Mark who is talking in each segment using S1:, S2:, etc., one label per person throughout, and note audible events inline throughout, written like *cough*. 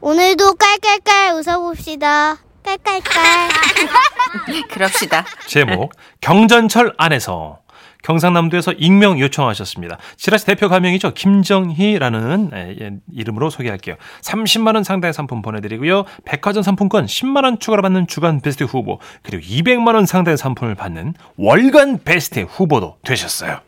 S1: 오늘도 깔깔깔 웃어봅시다.
S2: *laughs*
S1: 깔깔깔.
S3: 그럽시다.
S4: 제목 경전철 안에서 경상남도에서 익명 요청하셨습니다. 지라시 대표 가명이죠. 김정희라는 예, 예, 이름으로 소개할게요. 30만 원 상당의 상품 보내드리고요. 백화점 상품권 10만 원 추가로 받는 주간 베스트 후보 그리고 200만 원 상당의 상품을 받는 월간 베스트 후보도 되셨어요.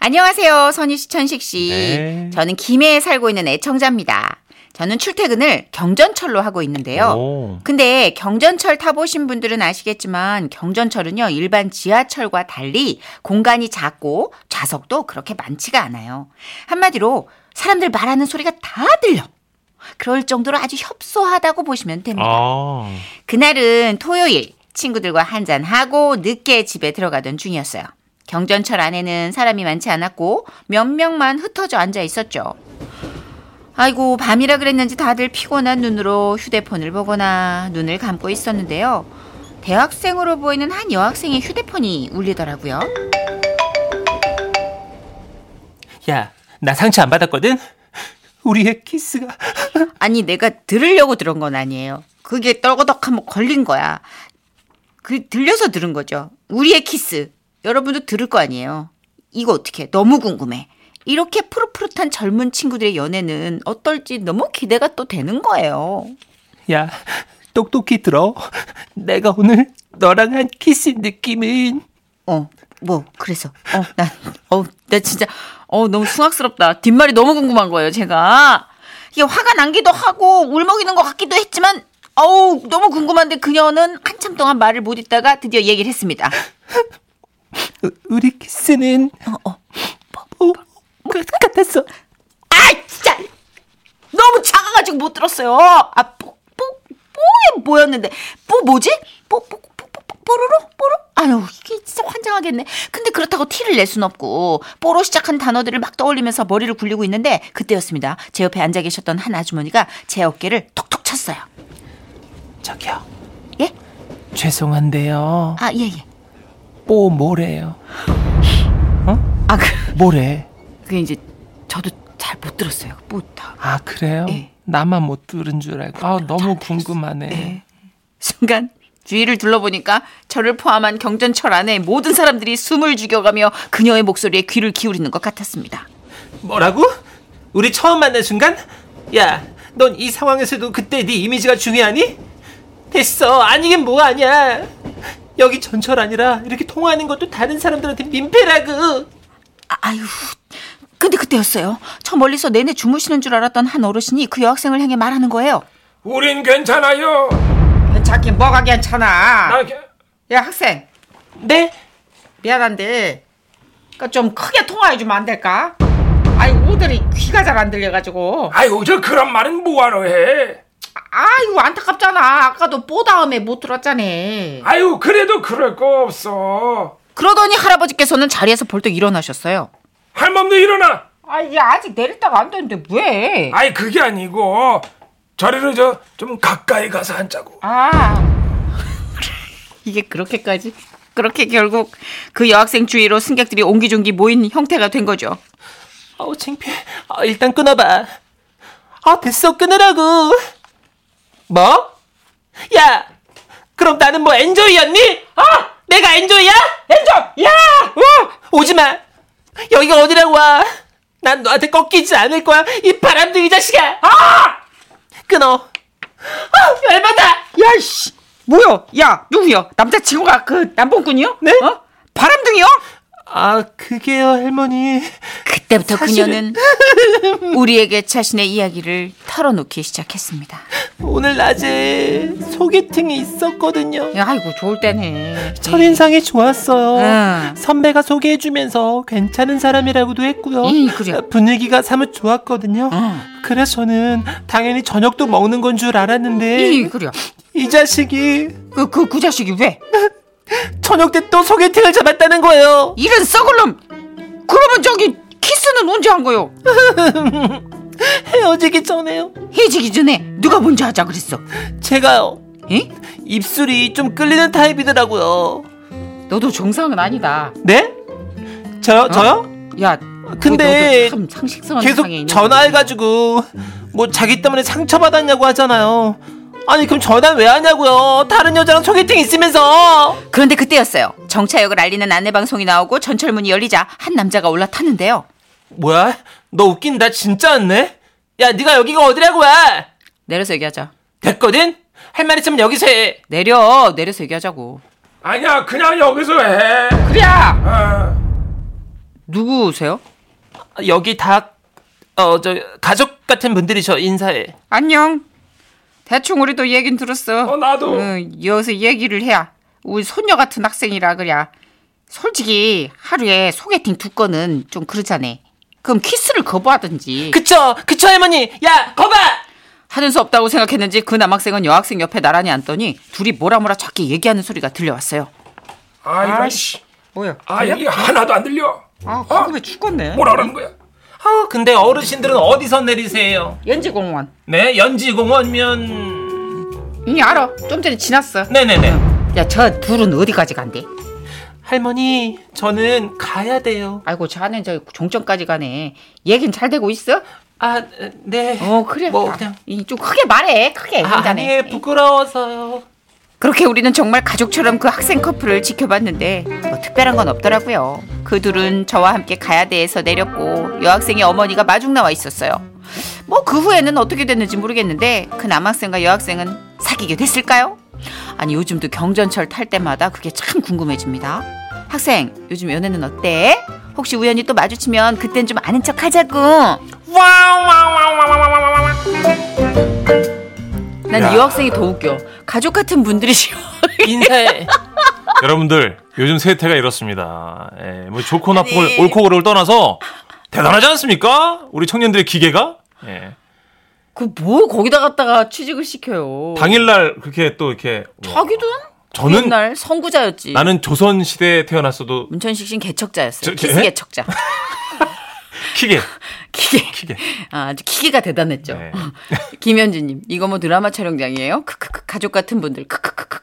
S3: 안녕하세요. 선희 씨, 천식 씨.
S4: 네.
S3: 저는 김해에 살고 있는 애청자입니다. 저는 출퇴근을 경전철로 하고
S4: 예.
S3: 있는데요.
S4: 오.
S3: 근데 경전철 타보신 분들은 아시겠지만 경전철은요 일반 지하철과 달리 공간이 작고 좌석도 그렇게 많지가 않아요. 한마디로 사람들 말하는 소리가 다 들려. 그럴 정도로 아주 협소하다고 보시면 됩니다.
S4: 아,
S3: 그날은 토요일 친구들과 한잔하고 늦게 집에 들어가던 중이었어요. 경전철 안에는 사람이 많지 않았고 몇 명만 흩어져 앉아 있었죠. 아이고 밤이라 그랬는지 다들 피곤한 눈으로 휴대폰을 보거나 눈을 감고 있었는데요. 대학생으로 보이는 한 여학생의 휴대폰이 울리더라고요.
S4: 야, 나 상처 안 받았거든. 우리의 키스가
S3: 아니 내가 들으려고 들은 건 아니에요. 그게 떨거덕 한번 걸린 거야. 그 들려서 들은 거죠. 우리의 키스. 여러분도 들을 거 아니에요. 이거 어떻게? 해? 너무 궁금해. 이렇게 푸릇푸릇한 젊은 친구들의 연애는 어떨지 너무 기대가 또 되는 거예요.
S4: 야, 똑똑히 들어. 내가 오늘 너랑 한 키스 느낌은
S3: 어, 뭐 그래서 어, 나 어, 나 진짜 어 너무 숭악스럽다. 뒷말이 너무 궁금한 거예요, 제가. 이게 화가 난기도 하고 울먹이는 것 같기도 했지만 어우, 너무 궁금한데 그녀는 한참 동안 말을 못 잇다가 드디어 얘기를 했습니다.
S4: 그 우리 키스는
S3: 어, 어.
S4: 뭐 같았어.
S3: 그, 아, 진짜 너무 작아 가지고 못 들었어요. 아, 뽀, 뽀, 뽀에 뭐였는데. 뽀 뭐지? 뽀, 뽀, 뽀, 뽀, 뽀, 뽀로로? 뽀로? 아유, 이게 진짜 환장하겠네. 근데 그렇다고 티를 낼 순 없고 뽀로 시작한 단어들을 막 떠올리면서 머리를 굴리고 있는데 그때였습니다. 제 옆에 앉아 계셨던 한 아주머니가 제 어깨를 톡톡 쳤어요.
S4: 저기요.
S3: 예?
S4: 죄송한데요.
S3: 아, 예, 예.
S4: 뽀 뭐래요?
S3: 아, 그,
S4: 뭐래?
S3: 그게 이제 저도 잘 못 들었어요. 뽀다.
S4: 아 그래요?
S3: 예.
S4: 나만 못 들은 줄 알고. 아 너무 궁금하네.
S5: 예.
S3: 순간 주위를 둘러보니까 저를 포함한 경전철 안에 모든 사람들이 숨을 죽여가며 그녀의 목소리에 귀를 기울이는 것 같았습니다.
S6: 뭐라고? 우리 처음 만난 순간? 야, 넌 이 상황에서도 그때 네 이미지가 중요하니? 됐어, 아니긴 뭐 아니야. 여기 전철 아니라 이렇게 통화하는 것도 다른 사람들한테 민폐라고.
S3: 아, 유 근데 그때였어요. 저 멀리서 내내 주무시는 줄 알았던 한 어르신이 그 여학생을 향해 말하는 거예요.
S7: 우린 괜찮아요.
S5: 괜찮긴 뭐가 괜찮아.
S7: 아, 게-
S5: 야 학생
S6: 네?
S5: 미안한데 그 좀 크게 통화해 주면 안 될까? 아이 오들이 귀가 잘 안 들려가지고
S7: 아이고 저 그런 말은 뭐하러 해?
S5: 아이고 안타깝잖아. 아까도 뽀 다음에 못 들었잖아.
S7: 아이고 그래도 그럴 거 없어.
S3: 그러더니 할아버지께서는 자리에서 벌떡 일어나셨어요.
S7: 할멈도 일어나.
S5: 아 이게 아직 내릴 때가 안 됐는데 왜?
S7: 아이 그게 아니고 자리를 저 좀 가까이 가서 앉자고.
S5: 아
S3: 이게 그렇게까지? 그렇게 결국 그 여학생 주위로 승객들이 옹기종기 모인 형태가 된 거죠.
S6: 아우, 창피해. 아, 일단 끊어봐. 아, 됐어, 끊으라고. 뭐? 야, 그럼 나는 뭐 엔조이였니? 어? 내가 엔조이야? 엔조이! 야! 어! 오지 마! 여기가 어디라고 와! 난 너한테 꺾이지 않을 거야, 이 바람둥이 자식아! 아! 끊어. 아, 열받아!
S5: 야씨 뭐야? 야 누구야? 남자친구가 그 남봉꾼이요?
S6: 네?
S5: 어? 바람둥이요?
S6: 아, 그게요, 할머니.
S3: 그때부터
S6: 사실은-
S3: 그녀는 *laughs* 우리에게 자신의 이야기를 털어놓기 시작했습니다.
S6: 오늘 낮에 소개팅이 있었거든요.
S5: 야, 아이고 좋을 때네.
S6: 첫인상이 좋았어요.
S5: 응.
S6: 선배가 소개해주면서 괜찮은 사람이라고도 했고요.
S5: 이, 그래요. 어.
S6: 분위기가 사뭇 좋았거든요. 그래서 저는 당연히 저녁도 먹는 건 줄 알았는데
S5: 이
S6: 이,
S5: 그래.
S6: 자식이
S5: 그그 그 자식이 왜?
S6: 저녁 때 또 소개팅을 잡았다는 거예요.
S5: 이런 썩을 놈. 그러면 저기 키스는 언제 한 거요?
S6: 헤어지기 전에요.
S5: 헤어지기 전에 누가 먼저 하자 그랬어?
S6: 제가요.
S5: 에?
S6: 입술이 좀 끌리는 타입이더라고요.
S5: 너도 정상은 아니다.
S6: 네? 저, 저요?
S5: 야,
S6: 근데
S3: 어? 뭐 너도 참 상식선한
S6: 계속
S3: 상에 있는
S6: 전화해가지고 뭐 자기 때문에 상처받았냐고 하잖아요. 아니 그럼 전화 왜 하냐고요? 다른 여자랑 소개팅 있으면서
S3: 그런데 그때였어요. 정차역을 알리는 안내 방송이 나오고 전철문이 열리자 한 남자가 올라탔는데요.
S6: 뭐야? 너 웃긴다 진짜 왔네? 야 네가 여기가 어디라고 와?
S3: 내려서 얘기하자.
S6: 됐거든? 할 말 있으면 여기서 해.
S3: 내려 내려서 얘기하자고.
S7: 아니야 그냥 여기서 해.
S5: 그래야
S7: 어.
S3: 누구세요?
S6: 아, 여기 다어저 가족 같은 분들이셔 인사해.
S3: 안녕. 대충 우리도 얘긴 들었어.
S7: 어, 나도.
S3: 응, 여기서 얘기를 해야. 우리 손녀 같은 학생이라 그래. 솔직히 하루에 소개팅 두 건은 좀 그렇잖아. 그럼 키스를 거부하든지.
S6: 그쵸 그쵸 할머니 야 거봐
S3: 하는 수 없다고 생각했는지 그 남학생은 여학생 옆에 나란히 앉더니 둘이 뭐라뭐라 자꾸 얘기하는 소리가 들려왔어요.
S7: 아 이거 씨.
S5: 뭐야
S7: 아 이게 하나도 안 들려.
S5: 아 궁금해 죽겠네
S7: 뭐라 그러는 거야?
S6: 아 근데 어르신들은 어디서 내리세요?
S5: 연지공원
S6: 네 연지공원면
S3: 이 알아. 좀 전에 지났어.
S6: 네네네
S3: 야, 저 둘은 어디까지 간대?
S6: 할머니 저는 가야 돼요
S3: 아이고, 자네 저 종점까지 가네. 얘긴 잘 되고 있어?
S6: 아네
S3: 어, 그래.
S6: 뭐 그냥
S3: 이, 좀 크게 말해. 크게.
S6: 아,
S3: 괜찮네.
S6: 아니에요 *laughs* 부끄러워서요
S3: 그렇게 우리는 정말 가족처럼 그 학생 커플을 지켜봤는데 뭐 특별한 건 없더라고요. 그 둘은 저와 함께 가야대에서 내렸고 여학생의 어머니가 마중 나와 있었어요. 뭐 그 후에는 어떻게 됐는지 모르겠는데 그 남학생과 여학생은 사귀게 됐을까요? 아니 요즘도 경전철 탈 때마다 그게 참 궁금해집니다. 학생 요즘 연애는 어때? 혹시 우연히 또 마주치면 그땐 좀 아는 척 하자고. 난
S4: 야.
S3: 이 여학생이 더 웃겨. 가족 같은 분들이시여.
S6: 인사해
S4: 여러분들 요즘 세태가 이렇습니다. 예, 뭐 좋고 나쁘고
S3: 아니.
S4: 옳고 그름을 떠나서 대단하지 않습니까? 우리 청년들의 기계가 예.
S3: *laughs* 그 뭘 거기다 갖다가 취직을 시켜요.
S4: 당일날 그렇게 또 이렇게
S3: 자기도
S4: 저는
S3: 옛날 선구자였지.
S4: 나는 조선 시대에 태어났어도
S3: 문천식 씨는 개척자였어요.
S4: 저- 저-
S3: 기스
S4: 에?
S3: 개척자.
S4: 기계
S3: 기계.
S4: 기계.
S3: 아, 아주 기계가 대단했죠.
S4: 네.
S3: *laughs* 김현주님, 이거 뭐 드라마 촬영장이에요? 크크크 가족 같은 분들. 크크크크.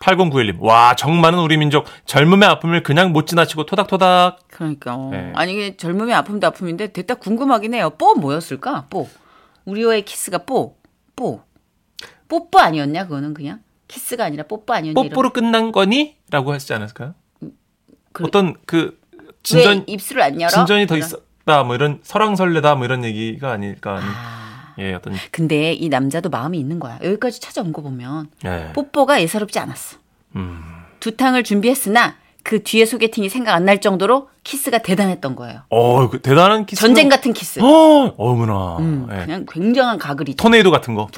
S4: 8091님 와 정많은 우리 민족 젊음의 아픔을 그냥 못 지나치고 토닥토닥
S3: 그러니까 어.
S4: 네.
S3: 아니 이게 젊음의 아픔도 아픔인데 됐다 궁금하긴 해요. 뽀 뭐였을까? 뽀 우리와의 키스가 뽀 뽀. 뽀뽀 아니었냐 그거는 그냥 키스가 아니라 뽀뽀 아니었냐 이런.
S6: 뽀뽀로 끝난 거니?
S4: 거니라고 하시지 않았을까요?
S3: 그래.
S4: 어떤 그
S3: 왜
S4: 진전
S3: 입술을 안 열어?
S4: 진전이 더
S3: 그런.
S4: 있었다 뭐 이런 설왕설래다 뭐 이런 얘기가 아닐까 하는, 예 어떤
S3: 근데 이 남자도 마음이 있는 거야. 여기까지 찾아온 거 보면
S4: 예.
S3: 뽀뽀가 예사롭지 않았어.
S4: 음.
S3: 두탕을 준비했으나 그 뒤에 소개팅이 생각 안 날 정도로 키스가 대단했던 거예요.
S4: 어, 그 대단한 키스.
S3: 전쟁 같은 키스.
S4: 어, 어머나.
S3: 음,
S4: 예.
S3: 그냥 굉장한 가글이. 죠
S4: 토네이도 같은 거.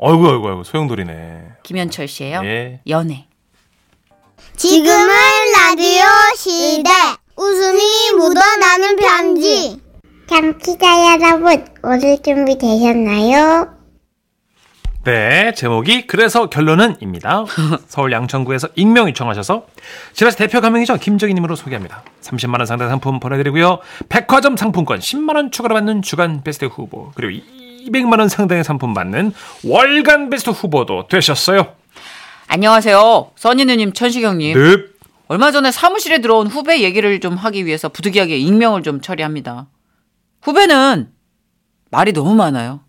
S4: 아이고, 아이고, 아이고, 소용돌이네.
S3: 김현철 씨예요.
S4: 예.
S3: 연애.
S1: 지금은 라디오 시대. 웃음이 묻어나는 편지.
S2: 참치자 여러분, 오늘 준비 되셨나요?
S4: 네, 제목이 그래서 결론은입니다.
S3: *laughs*
S4: 서울 양천구에서 익명 요청하셔서 지라시 대표 가명이죠 김정희님으로 소개합니다. 30만 원 상당 상품 보내드리고요, 백화점 상품권 10만 원 추가로 받는 주간 베스트 후보 그리고 200만 원 상당의 상품 받는 월간 베스트 후보도 되셨어요.
S3: 안녕하세요. 써니 누님, 천식영님.
S4: 넵.
S3: 얼마 전에 사무실에 들어온 후배 얘기를 좀 하기 위해서 부득이하게 익명을 좀 처리합니다. 후배는 말이 너무 많아요.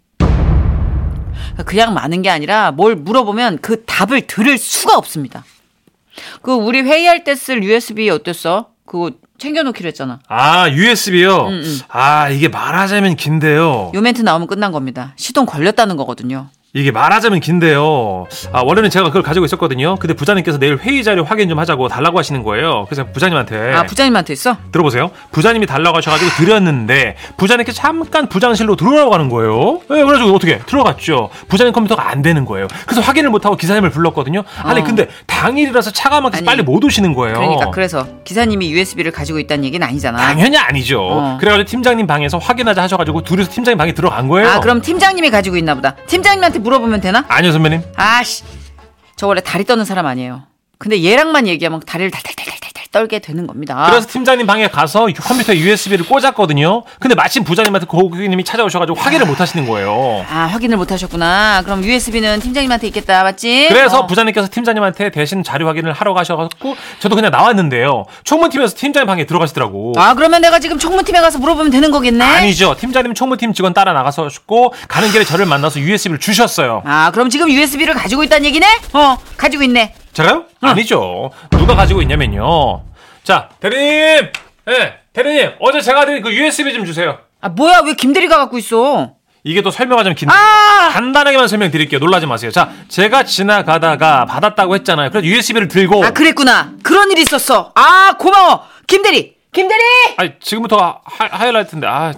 S3: 그냥 많은 게 아니라 뭘 물어보면 그 답을 들을 수가 없습니다. 그 우리 회의할 때 쓸 USB 어땠어? 그거 챙겨놓기로 했잖아.
S4: 아,
S3: 음,
S4: USB요. 아, 이게 말하자면 긴데요.
S3: 요 멘트 나오면 끝난 겁니다. 시동 걸렸다는 거거든요.
S4: 이게 말하자면 긴데요. 아, 원래는 제가 그걸 가지고 있었거든요. 근데 부장님께서 내일 회의 자료 확인 좀 하자고 달라고 하시는 거예요. 그래서 부장님한테
S3: 아 부장님한테 있어?
S4: 들어보세요. 부장님이 달라고 하셔가지고 드렸는데 부장님께 잠깐 부장실로 들어오라고 하는 거예요. 예, 그래가지고 어떻게 들어갔죠. 부장님 컴퓨터가 안 되는 거예요. 그래서 확인을 못하고 기사님을 불렀거든요. 아니
S3: 어.
S4: 근데 당일이라서 차가 막혀서
S3: 아니,
S4: 빨리 못 오시는 거예요.
S3: 그러니까 그래서 기사님이 USB를 가지고 있다는 얘기는 아니잖아.
S4: 당연히 아니죠.
S3: 어.
S4: 그래가지고 팀장님 방에서 확인하자 하셔가지고 둘이서 팀장님 방에 들어간 거예요.
S3: 아 그럼 팀장님이 가지고 있나 보다. 팀장님한테 물어보면 되나?
S4: 아니요 선배님.
S3: 아씨, 저 원래 다리 떠는 사람 아니에요. 근데 얘랑만 얘기하면 다리를 달달달달달달 떨게 되는 겁니다.
S4: 그래서 팀장님 방에 가서 컴퓨터에 USB를 꽂았거든요. 근데 마침 부장님한테 그 고객님이 찾아오셔가지고 확인을 못 하시는 거예요.
S3: 아, 확인을 못 하셨구나. 그럼 USB는 팀장님한테 있겠다. 맞지?
S4: 그래서
S3: 어.
S4: 부장님께서 팀장님한테 대신 자료 확인을 하러 가셔가지고 저도 그냥 나왔는데요. 총무팀에서 팀장님 방에 들어가시더라고.
S3: 아, 그러면 내가 지금 총무팀에 가서 물어보면 되는 거겠네?
S4: 아니죠. 팀장님 총무팀 직원 따라 나가셨고 가는 길에 저를 만나서 USB를 주셨어요.
S3: 아, 그럼 지금 USB를 가지고 있다는 얘기네? 어, 가지고 있네.
S4: 제가요? 아니죠. 누가 가지고 있냐면요. 자, 대리님! 예, 대리님! 어제 제가 드린 그 USB 좀 주세요.
S3: 아, 뭐야? 왜 김대리가 갖고 있어?
S4: 이게 또 설명하자면 긴데.
S3: 아!
S4: 간단하게만 설명드릴게요. 놀라지 마세요. 자, 제가 지나가다가 받았다고 했잖아요. 그래서 USB를 들고.
S3: 아, 그랬구나. 그런 일이 있었어. 아, 고마워. 김대리! 김대리!
S4: 아니, 지금부터 하, 하이라이트인데, 아,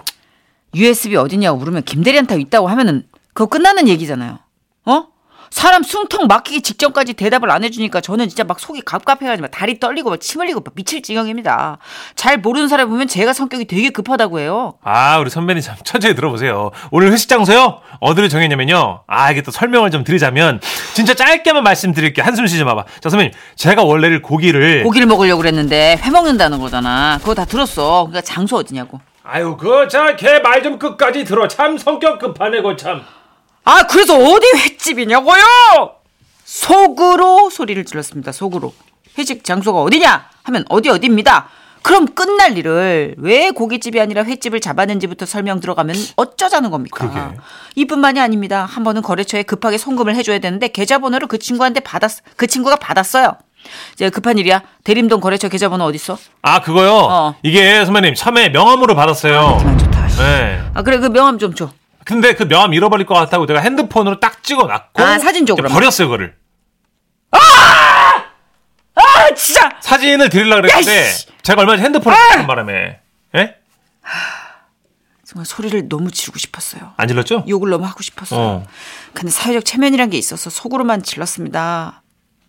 S3: USB 어딨냐고 물으면 김대리한테 있다고 하면은 그거 끝나는 얘기잖아요. 어? 사람 숨통 막히기 직전까지 대답을 안 해주니까 저는 진짜 막 속이 갑갑해가지고 막 다리 떨리고 막 침 흘리고 막 미칠 지경입니다. 잘 모르는 사람 보면 제가 성격이 되게 급하다고 해요.
S4: 아, 우리 선배님 참 천천히 들어보세요. 오늘 회식 장소요? 어디를 정했냐면요. 아, 이게 또 설명을 좀 드리자면, 진짜 짧게만 말씀드릴게요. 한숨 쉬지 마봐. 자, 선배님. 제가 원래를 고기를.
S3: 고기를 먹으려고 그랬는데 회 먹는다는 거잖아. 그거 다 들었어. 그러니까 장소 어디냐고.
S7: 아유 그자걔 말 좀 끝까지 들어. 참 성격 급하네 그 고참.
S3: 아 그래서 어디 횟집이냐고요? 속으로 소리를 질렀습니다. 속으로 회식 장소가 어디냐 하면 어디 어디입니다. 그럼 끝날 일을 왜 고깃집이 아니라 횟집을 잡았는지부터 설명 들어가면 어쩌자는 겁니까?
S4: 그러게.
S3: 이뿐만이 아닙니다. 한 번은 거래처에 급하게 송금을 해줘야 되는데 계좌번호를 그 친구한테 받았 그 친구가 받았어요. 이제 급한 일이야. 대림동 거래처 계좌번호 어디 있어?
S4: 아, 그거요?
S3: 어. 아,
S4: 이게 선배님, 참에 명함으로 받았어요.
S3: 안 좋다. 씨.
S4: 네.
S3: 아 그래 그 명함 좀 줘.
S4: 근데 그 명함 잃어버릴 것 같다고 내가 핸드폰으로 딱 찍어놨고.
S3: 아, 사진 쪽으로.
S4: 버렸어요, 그거를.
S3: 아 진짜.
S4: 사진을 드리려고 그랬는데,
S3: 야, 씨! 아!
S4: 제가 얼마 전에 핸드폰을 잃은 바람에. 예?
S3: 정말 소리를 너무 지르고 싶었어요.
S4: 안 질렀죠?
S3: 욕을 너무 하고 싶었어요.
S4: 어.
S3: 근데 사회적 체면이란 게 있어서 속으로만 질렀습니다.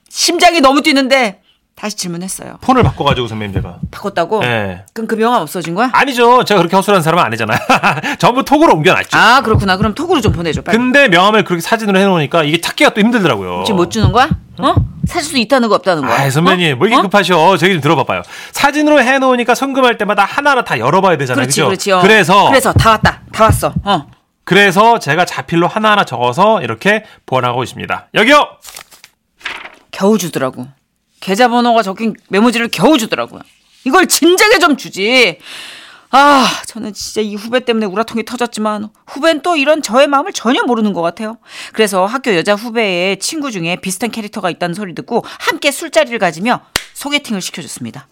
S3: 심장이 너무 뛰는데 다시 질문했어요.
S4: 폰을 바꿔가지고, 선배님 제가.
S3: 바꿨다고?
S4: 네.
S3: 그럼 그 명함 없어진 거야?
S4: 아니죠. 제가 그렇게 허술한 사람은 아니잖아요. *laughs* 전부 톡으로 옮겨놨죠.
S3: 아 그렇구나. 그럼 톡으로 좀 보내줘. 빨리.
S4: 근데 명함을 그렇게 사진으로 해놓으니까 이게 찾기가 또 힘들더라고요.
S3: 지금 못 주는 거야? 어? 사줄 수 있다는 거 없다는 거야?
S4: 아, 선배님,
S3: 어?
S4: 뭐 이렇게
S3: 어?
S4: 급하셔. 저기 좀 들어봐봐요. 사진으로 해놓으니까 송금할 때마다 하나하나 다 열어봐야 되잖아요.
S3: 그렇지,
S4: 그죠?
S3: 그렇지. 어.
S4: 그래서, 그래서,
S3: 그래서 다 왔다, 다 왔어. 어.
S4: 제가 자필로 하나하나 적어서 이렇게 보관하고 있습니다. 여기요!
S3: 겨우 주더라고. 계좌번호가 적힌 메모지를 겨우 주더라고요. 이걸 진작에 좀 주지. 아, 저는 진짜 이 후배 때문에 우라통이 터졌지만 후배는 또 이런 저의 마음을 전혀 모르는 것 같아요. 그래서 학교 여자 후배의 친구 중에 비슷한 캐릭터가 있다는 소리 듣고 함께 술자리를 가지며 소개팅을 시켜줬습니다.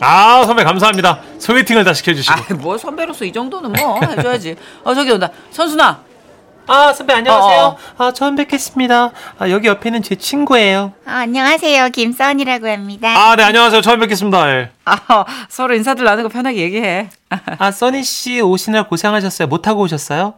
S4: 아, 선배 감사합니다. 소개팅을 다 시켜주시고.
S3: 아, 뭐 선배로서 이 정도는 *laughs* 뭐 해줘야지. 어, 저기 온다. 선순아.
S6: 아 선배 안녕하세요.
S3: 어,
S6: 아 처음 뵙겠습니다. 아, 여기 옆에는 제 친구예요.
S2: 어, 안녕하세요. 김선이라고 합니다.
S4: 아, 네, 안녕하세요. 처음 뵙겠습니다. 예.
S3: 아, 서로 인사들 나누고 편하게 얘기해.
S6: 아 써니 씨 오시느라 고생하셨어요. 못 하고 오셨어요?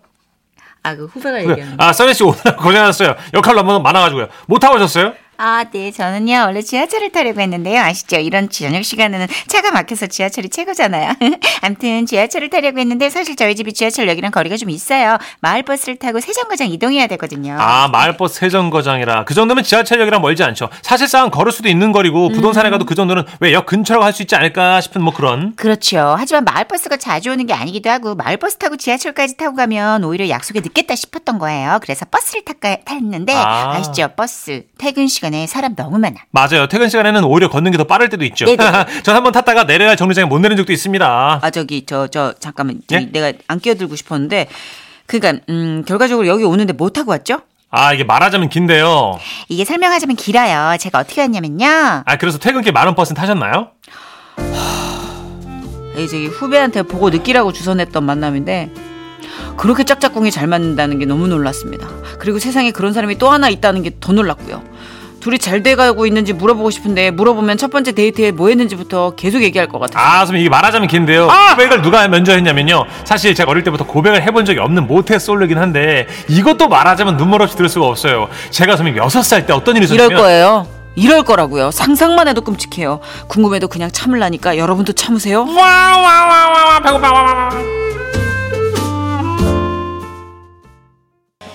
S3: 아, 그 후배가 얘기하는 거.
S4: 아, 써니씨 오늘 고생하셨어요. 역할 너무 많아가지고요. 못하고 오셨어요?
S8: 아, 네. 저는요, 원래 지하철을 타려고 했는데요. 아시죠? 이런 저녁 시간에는 차가 막혀서 지하철이 최고잖아요. *laughs* 암튼, 지하철을 타려고 했는데, 사실 저희 집이 지하철역이랑 거리가 좀 있어요. 마을버스를 타고 세정거장 이동해야 되거든요.
S4: 아, 마을버스 세정거장이라. 그 정도면 지하철역이랑 멀지 않죠. 사실상 걸을 수도 있는 거리고, 부동산에 가도 그 정도는 왜 역 근처라고 할 수 있지 않을까 싶은 뭐 그런.
S8: 그렇죠. 하지만 마을버스가 자주 오는 게 아니기도 하고, 마을버스 타고 지하철까지 타고 가면 오히려 약속에 늦겠다 싶었던 거예요. 그래서 버스를 탔가, 탔는데,
S4: 아.
S8: 아. 시죠 버스. 퇴근 시간에 사람 너무 많아.
S4: 맞아요. 퇴근 시간에는 오히려 걷는 게 더 빠를 때도 있죠. *laughs* 전 한번 탔다가 내려야 할 정류장에 못 내린 적도 있습니다.
S3: 아 저기 저 저 잠깐만
S8: 네?
S3: 저기
S4: 예?
S3: 내가 안 끼어들고 싶었는데 그러니까 음 결과적으로 여기 오는데 뭐 타고 왔죠?
S4: 아, 이게 말하자면 긴데요.
S8: 이게 설명하자면 길어요. 제가 어떻게 왔냐면요.
S4: 아, 그래서 퇴근길 만원 버스 타셨나요?
S3: 이 저기 후배한테 보고 느끼라고 주선했던 만남인데 그렇게 짝짝꿍이 잘 맞는다는 게 너무 놀랐습니다. 그리고 세상에 그런 사람이 또 하나 있다는 게 더 놀랐고요. 둘이 잘 돼가고 있는지 물어보고 싶은데 물어보면 첫 번째 데이트에 뭐 했는지부터 계속 얘기할 것 같아요.
S4: 아, 선생님, 이게 말하자면 긴데요.
S3: 아!
S4: 고백을 누가 먼저 했냐면요. 사실 제가 어릴 때부터 고백을 해본 적이 없는 모태 솔로긴 한데, 이것도 말하자면 눈물 없이 들을 수가 없어요. 제가 선생님 여섯 살 때 어떤 일이 있었냐면,
S3: 이럴 거예요. 이럴 거라고요. 상상만 해도 끔찍해요. 궁금해도 그냥 참을라니까 여러분도 참으세요.
S8: 아,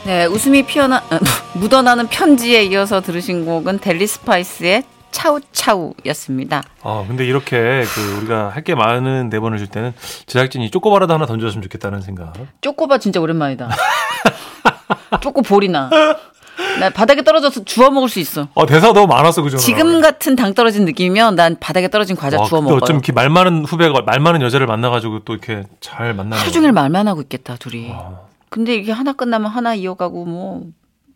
S3: 네, 웃음이 피어나 묻어나는 편지에 이어서 들으신 곡은 델리 스파이스의 차우차우였습니다.
S4: 아, 근데 이렇게 그 우리가 할 게 많은 대본을 줄 때는 제작진이 쪼꼬바라도 하나 던졌으면 좋겠다는 생각.
S3: 쪼꼬바 진짜 오랜만이다. *laughs* 쪼꼬볼이나. 나 바닥에 떨어져서 주워 먹을 수 있어.
S4: 아, 대사 너무 많았어, 그죠?
S3: 지금 같은 당 떨어진 느낌이면 난 바닥에 떨어진 과자
S4: 와,
S3: 주워
S4: 근데
S3: 먹어요.
S4: 어쩜 이렇게 말 많은 후배가 말 많은 여자를 만나가지고 또 이렇게 잘 만나는.
S3: 하루 종일 말만 하고 있겠다 둘이. 근데 이게 하나 끝나면 하나 이어가고 뭐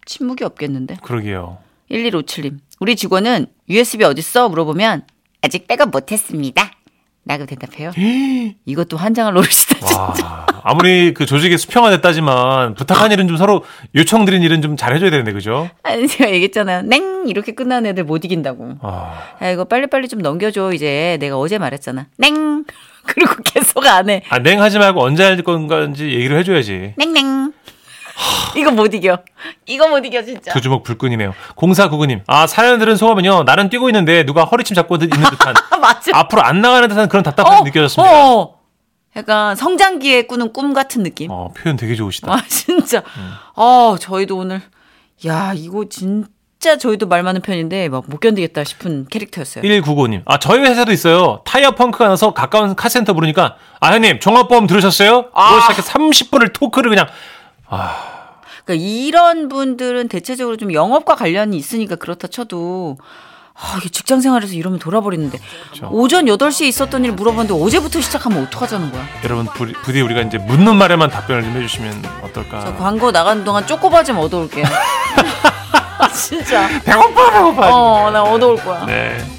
S3: 침묵이 없겠는데. *laughs*
S4: 그러게요.
S3: 1157님. 우리 직원은 USB 어딨어? 물어보면 아직 백업 못했습니다. 라고 대답해요. 이것도 환장을 노리시다. 진짜.
S4: 예? 와, 아무리 그 조직의 수평화 됐다지만 부탁한 일은 좀 서로 요청드린 일은 좀 잘 해줘야 되는데, 그죠?
S3: *laughs* 아니 제가 얘기했잖아요. 냉 이렇게 끝나는 애들 못 이긴다고.
S4: 아,
S3: 야 이거 빨리빨리 좀 넘겨줘 이제 내가 어제 말했잖아. 냉 *laughs* 그리고 계속 안 해.
S4: 아, 냉하지 말고 언제 할 건가인지 얘기를 해줘야지.
S3: 냉냉. *laughs* 이거 못 이겨. 이거 못 이겨 진짜.
S4: 두 주먹 불끈이네요. 공사 구구님, 아 사연 들은 소감은요. 나는 뛰고 있는데 누가 허리춤 잡고 있는
S3: *laughs*
S4: 듯한
S3: 아, 맞죠?
S4: 앞으로 안 나가는 듯한 그런 답답함이 아, 느껴졌습니다.
S3: 어, 어. 약간 성장기에 꾸는 꿈 같은 느낌.
S4: 어, 음. 표현 되게 좋으시다.
S3: *laughs* 아 진짜. 어 저희도 오늘 야 이거 진짜 저희도 말 많은 편인데 막 못 견디겠다 싶은 캐릭터였어요.
S4: 1995님. 아, 저희 회사도 있어요. 타이어 펑크가 나서 가까운 카센터 부르니까, 아, 형님, 종합보험 들으셨어요?
S3: 아.
S4: 그걸 시작해 30분을 토크를 그냥,
S3: 그러니까 이런 분들은 대체적으로 좀 영업과 관련이 있으니까 그렇다 쳐도 아, 이게 직장 생활에서 이러면 돌아버리는데 오전 8시에 있었던 일 물어봤는데 어제부터 시작하면 어떡하자는 거야.
S4: 여러분, 부디, 부디 우리가 이제 묻는 말에만 답변을 좀 해주시면
S3: 저
S4: 어떨까.
S3: 그러니까 광고 나가는 동안 쪼꼬바 좀 얻어올게. *laughs* 진짜.
S4: 배고파, 배고파.
S3: 어, 나 얻어올 거야.
S4: 네.